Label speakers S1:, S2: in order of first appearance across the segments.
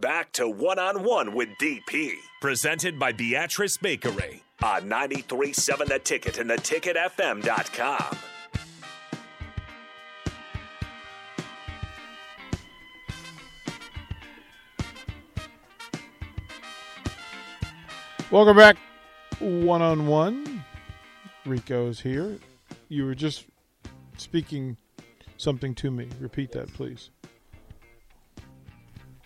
S1: Back to one on one with DP, presented by Beatrice Bakery on 937 The Ticket and theticketfm.com.
S2: Welcome back, one on one. Rico's here. You were just speaking something to me. Repeat that, please.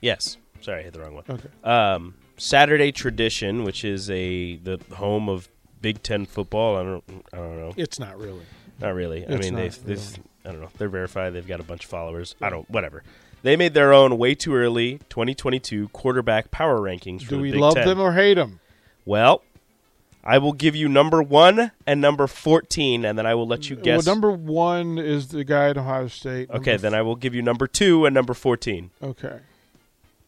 S3: Yes. Sorry, I hit the wrong one.
S2: Okay.
S3: Um, Saturday tradition, which is a the home of Big Ten football. I don't. I don't know.
S2: It's not really.
S3: Not really. I
S2: It's
S3: mean,
S2: not
S3: they've, they've. I don't know. They're verified. They've got a bunch of followers. I don't. Whatever. They made their own way too early 2022 quarterback power rankings. For
S2: Do
S3: the
S2: we
S3: Big
S2: love
S3: Ten.
S2: them or hate them?
S3: Well, I will give you number one and number 14, and then I will let you guess.
S2: Well, number one is the guy at Ohio State.
S3: okay, then I will give you number two and number 14.
S2: Okay.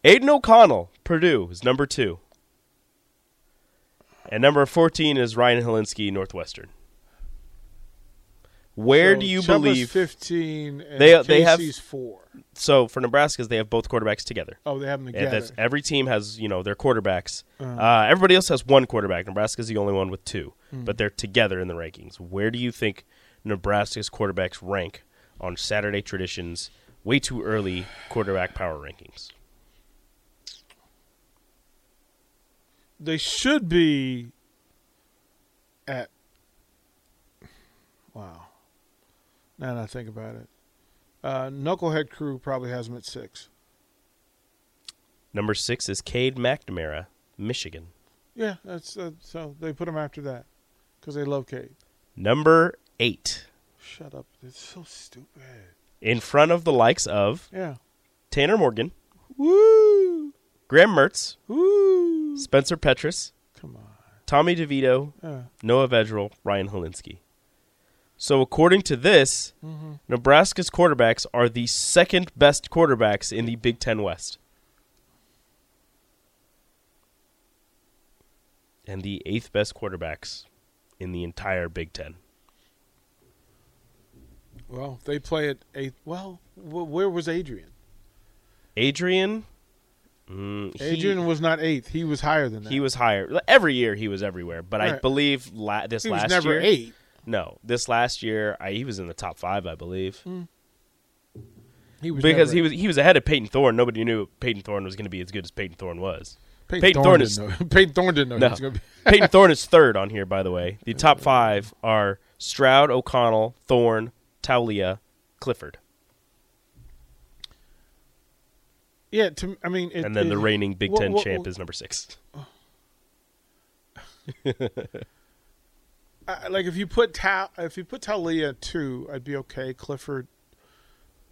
S3: Aiden O'Connell, Purdue, is number two. And number 14 is Ryan Helinski, Northwestern. Where
S2: So
S3: do you
S2: Chuba's
S3: believe?
S2: fifteen? And
S3: They- they have-
S2: KC's four.
S3: so for Nebraska's, they have both quarterbacks together.
S2: Oh, they have them
S3: Yeah,
S2: together. Uh-huh.
S3: that's, every team has you know their quarterbacks. Uh, everybody else has one quarterback. Nebraska's the only one with two,
S2: Hmm.
S3: but they're together in the rankings. Where do you think Nebraska's quarterbacks rank on Saturday traditions? Way too early quarterback power rankings.
S2: they should be at wow now that i think about it uh, knucklehead crew probably has them at six
S3: Number six is Cade McNamara, Michigan.
S2: yeah that's uh, so they put them after that because they love Cade.
S3: Number eight,
S2: shut up it's so stupid
S3: in front of the likes of
S2: yeah
S3: Tanner Morgan,
S2: woo
S3: Graham Mertz,
S2: woo
S3: Spencer Petras,
S2: come on
S3: Tommy DeVito,
S2: yeah.
S3: Noah Vedral, Ryan Helinski. So, according to this, Nebraska's quarterbacks are the second best quarterbacks in the Big Ten West. And the eighth best quarterbacks in the entire Big Ten.
S2: well they play at eight well wh- where was adrian
S3: Adrian. mm, he-
S2: adrian was not eighth he was higher than that
S3: He was higher every year. He was everywhere, but I
S2: Right.
S3: believe la- this
S2: he was
S3: last
S2: never
S3: year,
S2: eight
S3: no, this last year I, he was in the top five, I believe,
S2: he Hmm. was
S3: because
S2: never
S3: he was he was ahead of Peyton Thorne. Nobody knew Peyton Thorne was going to be as good as Peyton Thorne was.
S2: Peyton,
S3: Peyton
S2: Thorne
S3: Thorne is-
S2: didn't know. Peyton Thorne didn't know he
S3: No,
S2: was going to be.
S3: Peyton Thorne is third on here, by the way. The top five are Stroud, O'Connell, Thorne, Taulia, Clifford,
S2: Yeah, to I mean, it,
S3: and then
S2: it-
S3: the reigning Big
S2: what-
S3: Ten
S2: what-
S3: champ is number six.
S2: I, like if you put Tal if you put Talia two, I'd be okay. Clifford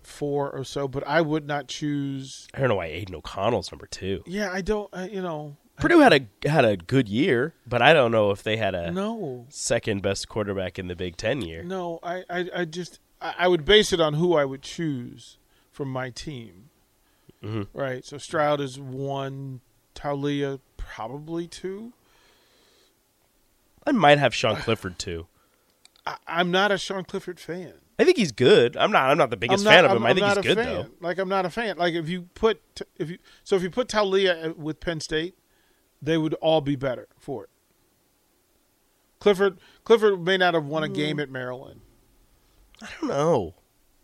S2: four or so, but I would not choose.
S3: I don't know why Aiden O'Connell's number two.
S2: Yeah, I don't. I, you know,
S3: Purdue had a had a good year, but I don't know if they had a
S2: no,
S3: second best quarterback in the Big Ten year.
S2: no. I I, I just I, I would base it on who I would choose from my team.
S3: Mm-hmm.
S2: Right. So Stroud is one. Talia probably two.
S3: I might have Sean Clifford too.
S2: I, I'm not a Sean Clifford fan.
S3: I think he's good. I'm not. I'm not the biggest fan of him. i think he's good
S2: fan.
S3: though.
S2: Like I'm not a fan. Like if you put if you so if you put Talia uh, with Penn State, they would all be better for it. Clifford Clifford may not have won a
S3: Mm.
S2: game at Maryland.
S3: I don't know.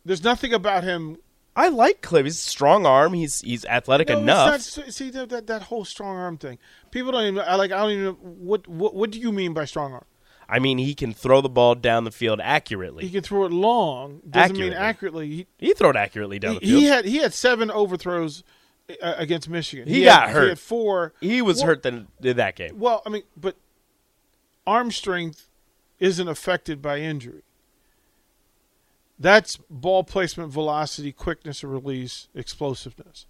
S2: There's nothing about him.
S3: I like Cliff. He's a strong arm. He's he's athletic
S2: No, it's
S3: enough.
S2: not- see that, that that whole strong arm thing. People don't even I like. I don't even know what what what do you mean by strong arm?
S3: I mean, he can throw the ball down the field
S2: He
S3: accurately.
S2: can throw it long. Doesn't mean
S3: Accurately.
S2: accurately. He,
S3: He can throw it accurately down
S2: he,
S3: the field.
S2: he had he had seven overthrows uh, against Michigan.
S3: He
S2: had-
S3: got hurt.
S2: He had four.
S3: He was
S2: Well,
S3: hurt then in that game.
S2: Well, I mean, but arm strength isn't affected by injury. That's ball placement, velocity, quickness of release, explosiveness.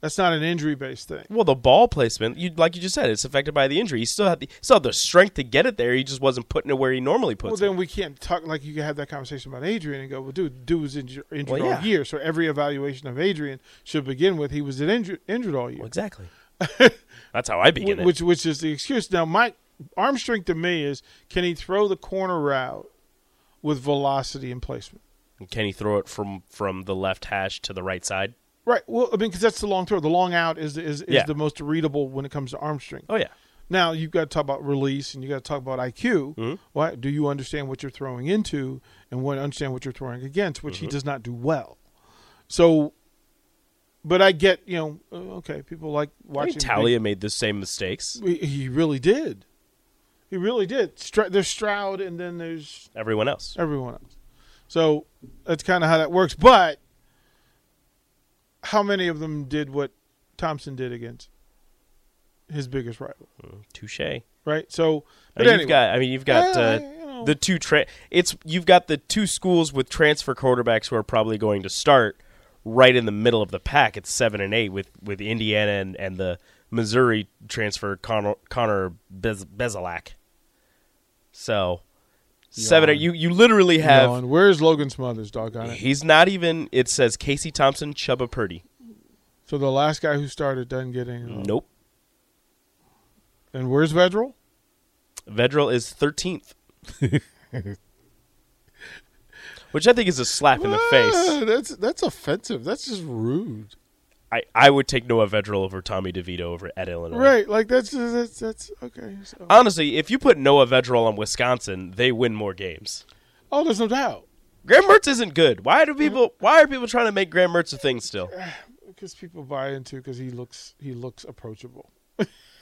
S2: That's not an injury based thing.
S3: Well, the ball placement, you like you just said, it's affected by the injury. He still had the still had the strength to get it there. He just wasn't putting it where he normally
S2: Well,
S3: puts it.
S2: then we can't talk like you can have that conversation about Adrian and go, well, dude, dude was inju- injured
S3: Well, yeah.
S2: all year. So every evaluation of Adrian should begin with he was injured, injured all year.
S3: Well, exactly. That's how I begin it.
S2: which which is the excuse. Now, my arm strength to me is can he throw the corner route with velocity and placement?
S3: Can he throw it from from the left hash to the right side?
S2: Right. Well, I mean, because that's the long throw. The long out is is, is
S3: Yeah.
S2: the most readable when it comes to arm strength.
S3: Oh yeah,
S2: Now you've got to talk about release and you got to talk about IQ. Why do you understand what you're throwing into and what understand what you're throwing against, which he does not do well. So, but I get you know uh, okay, people like
S3: I
S2: watching.
S3: mean,
S2: big-
S3: Talia made the same mistakes.
S2: he, he really did. He really did. Stra- there's Stroud and then there's
S3: Everyone else.
S2: everyone else. So that's kind of how that works. But how many of them did what Thompson did against his biggest rival?
S3: Touche. I
S2: Right. So, but
S3: mean,
S2: anyway,
S3: You've got. I mean, you've got
S2: Yeah,
S3: uh,
S2: you know.
S3: the two. Tra- it's you've got the two schools with transfer quarterbacks who are probably going to start right in the middle of the pack at seven and eight with with Indiana and, and the Missouri transfer Connor, Connor Bez- Bezalak. So seven.
S2: Yawn.
S3: You you literally
S2: you know,
S3: have.
S2: and where's Logan Smothers? Doggone it.
S3: He's not even. It says Casey Thompson, Chuba Purdy.
S2: So the last guy who started doesn't get any. love.
S3: Nope.
S2: And where's Vedral?
S3: Vedral is 13th. Which I think is a slap in the face.
S2: Ah, That's that's offensive. That's just rude.
S3: I, I would take Noah Vedral over Tommy DeVito over at Illinois.
S2: Right. Like that's that's that's okay. So.
S3: Honestly, if you put Noah Vedral on Wisconsin, they win more games.
S2: Oh, there's no doubt
S3: Graham Mertz isn't good. Why do people? Why are people trying to make Graham Mertz a thing still?
S2: because people buy into because he looks he looks approachable.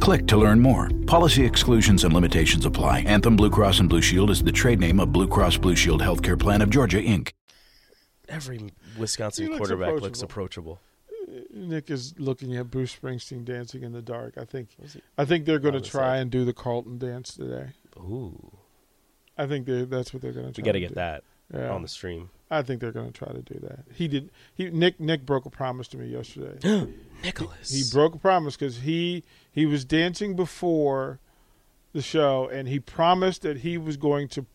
S4: Click to learn more. Policy exclusions and limitations apply. Anthem Blue Cross and Blue Shield is the trade name of Blue Cross Blue Shield Healthcare Plan of Georgia, Inc.
S3: Every Wisconsin
S2: He looks
S3: quarterback looks approachable.
S2: Nick is looking at Bruce Springsteen dancing in the dark. I think I think they're going to try and do the Carlton dance today.
S3: Ooh,
S2: I think they, that's what they're going to try.
S3: we got to
S2: to
S3: get
S2: do.
S3: that
S2: Yeah.
S3: on the stream.
S2: I think they're going to try to do that. He did. He Nick Nick broke a promise to me yesterday.
S3: Nicholas.
S2: he broke a promise because he he was dancing before the show, and he promised that he was going to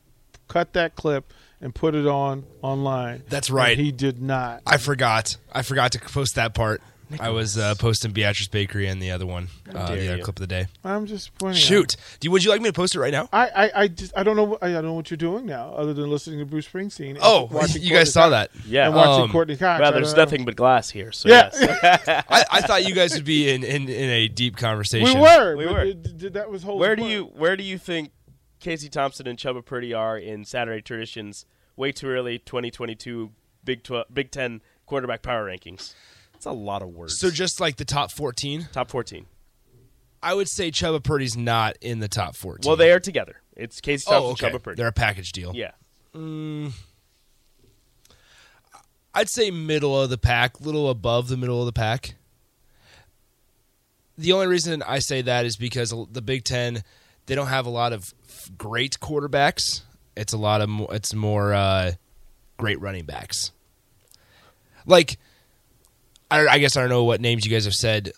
S2: cut that clip and put it on online.
S5: That's
S2: And
S5: right.
S2: he did not.
S5: I forgot. I forgot to post that part. I was uh, posting Beatrice Bakery and the other one, uh,
S3: dare
S5: the other
S3: you.
S5: clip of the day.
S2: I'm just pointing. out-
S5: Shoot, do you, would you like me to post it right now?
S2: I, I, I just I don't know I don't know what you're doing now other than listening to Bruce Springsteen. and
S5: Oh,
S2: watching Courtney
S5: you guys saw
S2: Cox-
S5: that.
S3: Yeah.
S2: and watching
S5: Um,
S2: Courtney Cox.
S3: well,
S2: I
S3: there's
S2: don't know.
S3: nothing but glass here. So
S2: Yeah.
S3: yes.
S5: I, I thought you guys would be in, in, in a deep
S2: We
S5: conversation.
S2: were.
S3: We
S2: but
S3: were.
S2: it- it- that was whole.
S3: Where do you where do you think Casey Thompson and Chuba Purdy are in Saturday Traditions? Way too early, 2022 Big 12, Big Ten quarterback power rankings. That's a lot of words.
S5: So just like the top fourteen,
S3: top 14.
S5: I would say Chuba Purdy's not in the top fourteen.
S3: Well, they are together. It's Casey Thompson,
S5: oh, okay.
S3: Chuba Purdy.
S5: They're a package deal.
S3: yeah,
S5: I'd say middle of the pack, little above the middle of the pack. The only reason I say that is because the Big Ten, they don't have a lot of f- great quarterbacks. It's a lot of mo- it's more uh, great running backs. Like, I, I guess I don't know what names you guys have said.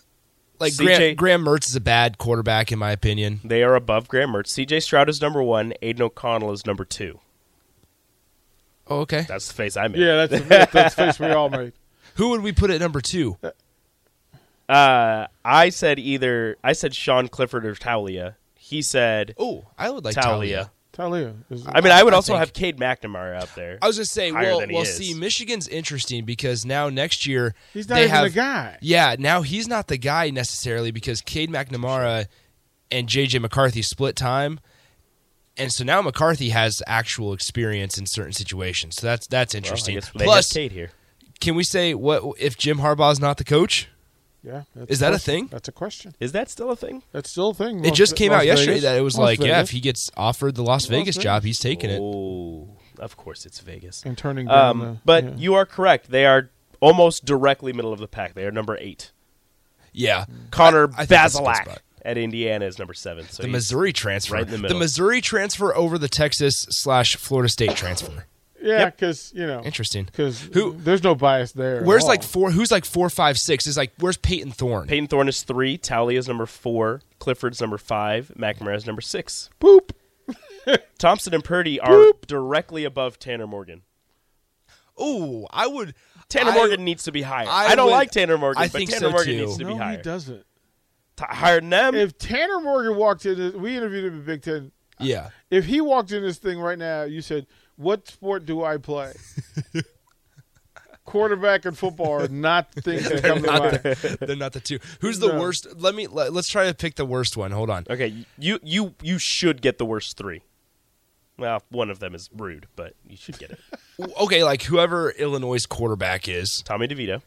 S5: Like
S3: CJ
S5: Graham, Graham Mertz is a bad quarterback in my opinion.
S3: they are above Graham Mertz. C.J. Stroud is number one. Aiden O'Connell is number two.
S5: Oh, okay.
S3: That's the face I made.
S2: Yeah, that's the, that's the face we all made.
S5: Who would we put at number two?
S3: Uh, I said either I said Sean Clifford or Talia. He said
S5: Oh, I would like
S3: Talia.
S5: Talia.
S2: Talia. Is,
S3: I mean, I would
S5: I
S3: also
S5: think-
S3: have Cade McNamara up there.
S5: I was gonna say,
S3: higher
S5: well,
S3: than he
S5: well,
S3: is.
S5: see, Michigan's interesting because now next year
S2: He's not
S5: they
S2: even
S5: have,
S2: the guy.
S5: Yeah, now he's not the guy necessarily because Cade McNamara and JJ McCarthy split time, and so now McCarthy has actual experience in certain situations. So that's that's
S3: Well, I
S5: interesting.
S3: guess they have
S5: Plus,
S3: Cade here.
S5: can we say what if Jim Harbaugh's not the coach?
S2: yeah. that's
S5: Is that a
S2: question.
S5: thing?
S2: That's a question.
S3: Is that still a thing?
S2: That's still a thing.
S5: It
S2: Las-
S5: just came
S2: Las
S5: out yesterday
S2: Vegas.
S5: that it was
S2: Las
S5: like, yeah,
S2: Vegas.
S5: if he gets offered the Las,
S2: Vegas.
S5: Vegas, job, he's taking it.
S3: Oh, of course it's Vegas.
S2: and turning down.
S3: Um,
S2: the,
S3: but
S2: yeah.
S3: you are correct. They are almost directly middle of the pack. They are number eight.
S5: Yeah,
S3: Connor
S5: I- I think that's a good
S3: Basilak
S5: spot.
S3: at Indiana is number seven. So
S5: The
S3: he's-
S5: Missouri transfer,
S3: right in the middle.
S5: Missouri transfer over the Texas slash Florida State transfer.
S2: yeah, because you know,
S5: Interesting.
S2: Because
S5: Who-
S2: There's no bias there. at
S5: Where's
S2: all.
S5: like four? Who's like four, five, six? Is like where's Peyton Thorne?
S3: Peyton Thorne is three. Talia is number four. Clifford's number five. McNamara is number six.
S2: boop?
S3: Thompson and Purdy are directly above Tanner Morgan.
S5: Ooh, I would.
S3: Tanner
S5: I-
S3: Morgan needs to be higher. I,
S5: I
S3: don't
S5: would-
S3: like Tanner Morgan,
S5: I
S3: but
S5: think
S3: Tanner
S5: so,
S3: Morgan
S5: too.
S3: needs to be
S2: no,
S3: higher.
S2: he doesn't.
S3: T- higher than them?
S2: If Tanner Morgan walked in, this- we interviewed him in Big Ten.
S5: Yeah.
S2: If he walked in this thing right now, you said, "What sport do I play?" Quarterback and football are not things that come to mind.
S5: They're not the two. Who's the
S2: No.
S5: worst? Let me. Let, let's try to pick the worst one. Hold on.
S3: okay, you you you should get the worst three. Well, one of them is rude, but you should get it.
S5: Okay, like whoever Illinois' quarterback is.
S3: Tommy DeVito.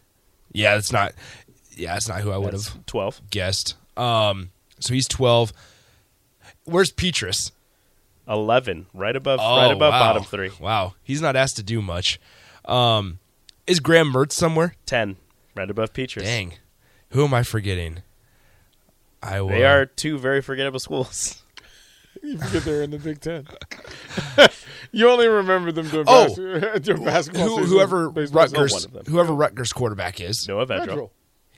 S5: Yeah, that's not. Yeah, that's not who I would
S3: That's
S5: have
S3: twelve.
S5: guessed. Um, so he's twelve. Where's Petrus?
S3: Eleven. Right above
S5: Oh,
S3: right above
S5: wow.
S3: bottom three.
S5: Wow, he's not asked to do much. Um, is Graham Mertz somewhere?
S3: Ten. Right above Peaches.
S5: Dang, who am I forgetting? I
S3: They are two very forgettable schools.
S2: You forget they're in the Big Ten. you only remember them during,
S5: Oh.
S2: bas- during basketball.
S5: who,
S2: season,
S5: whoever
S2: baseball season.
S5: Rutgers,
S3: one of them.
S5: whoever Rutgers quarterback is.
S3: Noah Vedral.
S2: Federal.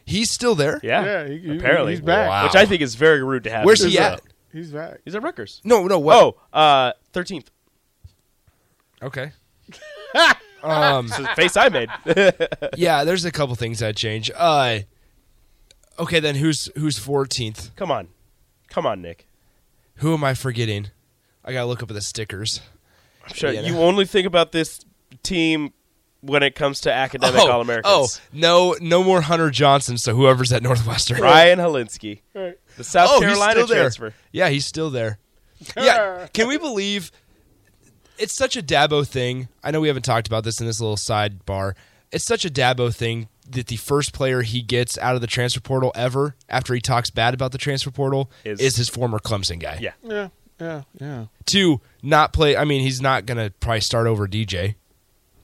S5: He's still there.
S3: Yeah,
S2: Yeah, he- he-
S3: apparently
S2: he's back.
S5: Wow.
S3: which I think is very rude to have.
S5: Where's
S3: him.
S5: he at?
S2: He's back.
S3: He's at Rutgers.
S5: No, no. What?
S3: Oh, uh, 13th. Oh.
S5: okay. Um,
S3: It's the face I made.
S5: Yeah, there's a couple things I'd change. Uh, okay, then who's who's 14th?
S3: Come on. Come on, Nick.
S5: Who am I forgetting? I gotta look up at the stickers.
S3: I'm sure
S5: Yeah,
S3: you
S5: no.
S3: only think about this team when it comes to academic All
S5: oh,
S3: Americans.
S5: no, no more Hunter Johnson. So whoever's at Northwestern,
S3: Ryan Holinsky,
S2: Right.
S3: the South
S5: Oh, he's
S3: Carolina
S5: still there.
S3: transfer.
S5: Yeah, he's still there. Yeah, can we believe it's such a Dabo thing? I know we haven't talked about this in this little sidebar. It's such a Dabo thing that the first player he gets out of the transfer portal ever after he talks bad about the transfer portal
S3: Is-
S5: is, his former Clemson guy.
S3: Yeah.
S2: Yeah, yeah, yeah.
S5: To not play, I mean, he's not going to probably start over DJ.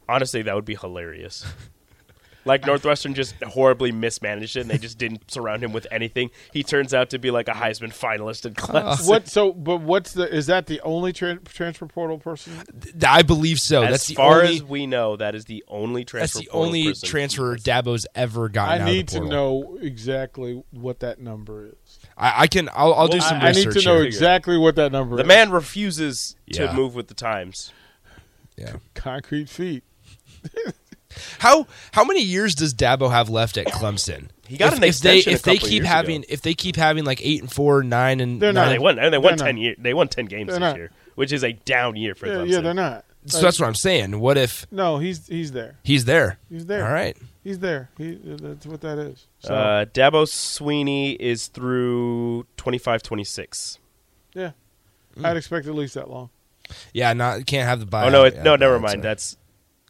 S3: Honestly, that would be hilarious. Like Northwestern just horribly mismanaged it, and they just didn't surround him with anything. He turns out to be like a Heisman finalist in class.
S2: What? So, but what's the? Is that the only tran transfer portal person?
S5: Th- I believe so.
S3: as
S5: Oh, that's the
S3: far
S5: only,
S3: as we know, that is the only
S5: that's
S3: transfer.
S5: the
S3: portal
S5: only
S3: person.
S5: transfer Dabo's ever gotten.
S2: I
S5: out of the
S2: need to
S5: portal.
S2: know exactly what that number is.
S5: I, I can. I'll, I'll do
S3: Well,
S5: some
S2: I
S5: research.
S2: need to know
S5: here.
S2: exactly what that number
S3: The
S2: is.
S3: man refuses to
S5: Yeah.
S3: move with the times.
S5: Yeah.
S2: Concrete feet.
S5: How how many years does Dabo have left at Clemson?
S3: He got
S5: if,
S3: an extension
S5: If they,
S3: a
S5: if they
S3: couple
S5: keep
S3: years
S5: having
S3: ago.
S5: if they keep having like eight and four, nine and
S2: They're
S5: nine,
S2: not.
S3: They won. And they won
S2: They're
S3: ten
S2: not.
S3: year. They won ten games
S2: They're
S3: this
S2: not.
S3: year, which is a down year for
S2: Yeah,
S3: Clemson.
S2: yeah, they're not.
S5: So that's what I'm saying. What if
S2: No, he's he's there.
S5: he's there?
S2: He's there.
S5: All right.
S2: He's there. He, that's what that is. So
S3: Uh, Dabo Sweeney is through 25 26.
S2: yeah,
S5: hmm.
S2: I'd expect at least that long.
S5: Yeah. Not can't have the buy.
S3: oh, no, it, no, never mind. That's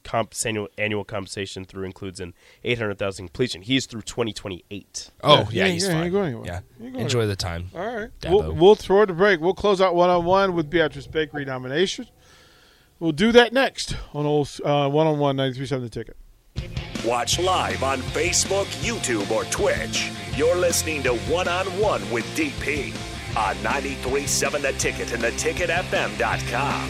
S3: comp, annual, annual compensation through includes an 800,000 completion. He's through 2028.
S5: Oh yeah,
S2: yeah,
S5: he's
S2: yeah, he
S5: fine.
S2: ain't going anywhere.
S5: Yeah.
S2: He ain't going
S5: Enjoy the time.
S2: All right.
S5: Dabo.
S2: We'll, we'll throw it a break. We'll close out one on one with Beatrice Bakery nominations. We'll do that next on old uh, one on one 937 the ticket.
S1: Watch live on Facebook, YouTube, or Twitch. You're listening to One on One with DP on 937 The Ticket and theticketfm.com.